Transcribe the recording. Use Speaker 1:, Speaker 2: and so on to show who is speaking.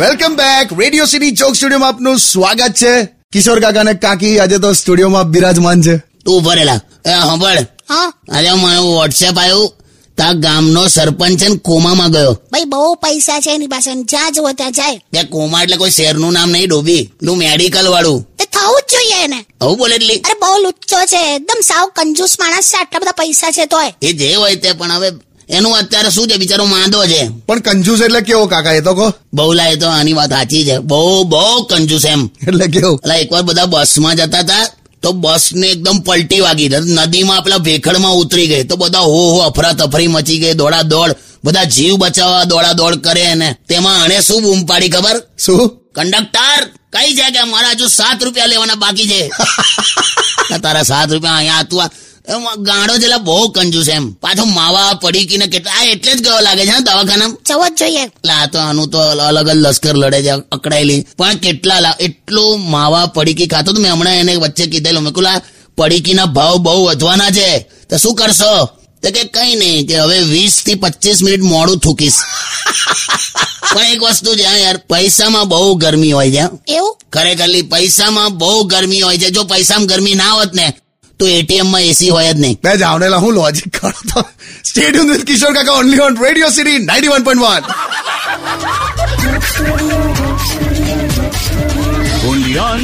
Speaker 1: Welcome back radio city ચોક સ્ટુડિયોમાં આપનું સ્વાગત છે કિશોર કાકા ને કાકી આજે તો સ્ટુડિયોમાં બિરાજમાન છે
Speaker 2: તું ભરેલા એ સાંભળ
Speaker 3: હા
Speaker 2: અરે મને વોટ્સએપ આવ્યું તા ગામનો સરપંચ છે ને કોમામાં ગયો
Speaker 3: ભાઈ બહુ પૈસા છે એની પાસે અને જ્યાં જુઓ ત્યાં જાય
Speaker 2: તે કોમા એટલે કોઈ શહેરનું નામ નહીં ડોબી પેલું મેડિકલ વાળું
Speaker 3: તે થવું જ જોઈએ એને
Speaker 2: આવું બોલે એટલી
Speaker 3: અરે બહુ લુચ્ચો છે એકદમ સાવ કંજૂસ માણસ છે આટલા બધા પૈસા છે તોય
Speaker 2: એ જે હોય તે પણ હવે એનું અત્યારે શું છે બિચારો માંદો છે
Speaker 1: પણ કંજૂસ એટલે કેવો કાકા એ તો કહો
Speaker 2: બહુલા એ તો આની વાત સાચી છે બહુ બહુ કંજૂસ એમ
Speaker 1: એટલે કેવો
Speaker 2: એટલે એકવાર બધા બસમાં જતા હતા તો બસ ને એકદમ પલટી વાગી તો નદીમાં પેલા ભેખડમાં ઉતરી ગઈ તો બધા હો હો અફરાતફરી મચી ગઈ દોડા દોડ બધા જીવ બચાવવા દોડા દોડ કરે ને તેમાં આણે શું બૂમ પાડી ખબર
Speaker 1: શું
Speaker 2: કંડક્ટર કઈ જગ્યા મારા હજુ સાત રૂપિયા લેવાના બાકી છે ના, તારા સાત રૂપિયા અહીંયા હતું આ. એમાં ગાંડો જેલા બહુ કંજૂસ એમ પાછો માવા પડીકી ને કેટલા આ એટલે જ ગયો લાગે છે હા દવાખાનામાં
Speaker 3: જવો જ જોઈએ
Speaker 2: એટલે આ તો આનું તો અલગ જ લશ્કર લડે છે અકડાયેલી પણ કેટલા લા- એટલું માવા પડીકી ખાતો તો મેં હમણાં એને વચ્ચે કીધેલું મેં કીધું, "લા, પડીકીના ભાવ બહુ વધવાના છે તો શું કરશો તો કે કઈ નહીં કે હવે વીસ થી પચીસ મિનિટ મોડું થૂકીશ પણ એક વસ્તુ છે હા યાર પૈસામાં બહુ ગરમી હોય છે હા.
Speaker 3: એવું
Speaker 2: ખરેખરલી પૈસામાં બહુ ગરમી હોય છે જો પૈસામાં ગરમી ના હોત ને તો એટીએમ માં એસી હોય જ નહીં
Speaker 1: બે જાવનેલા હું લોજિક કરો તો stadium with Kishore Kaka only on radio city ninety one point one
Speaker 4: only on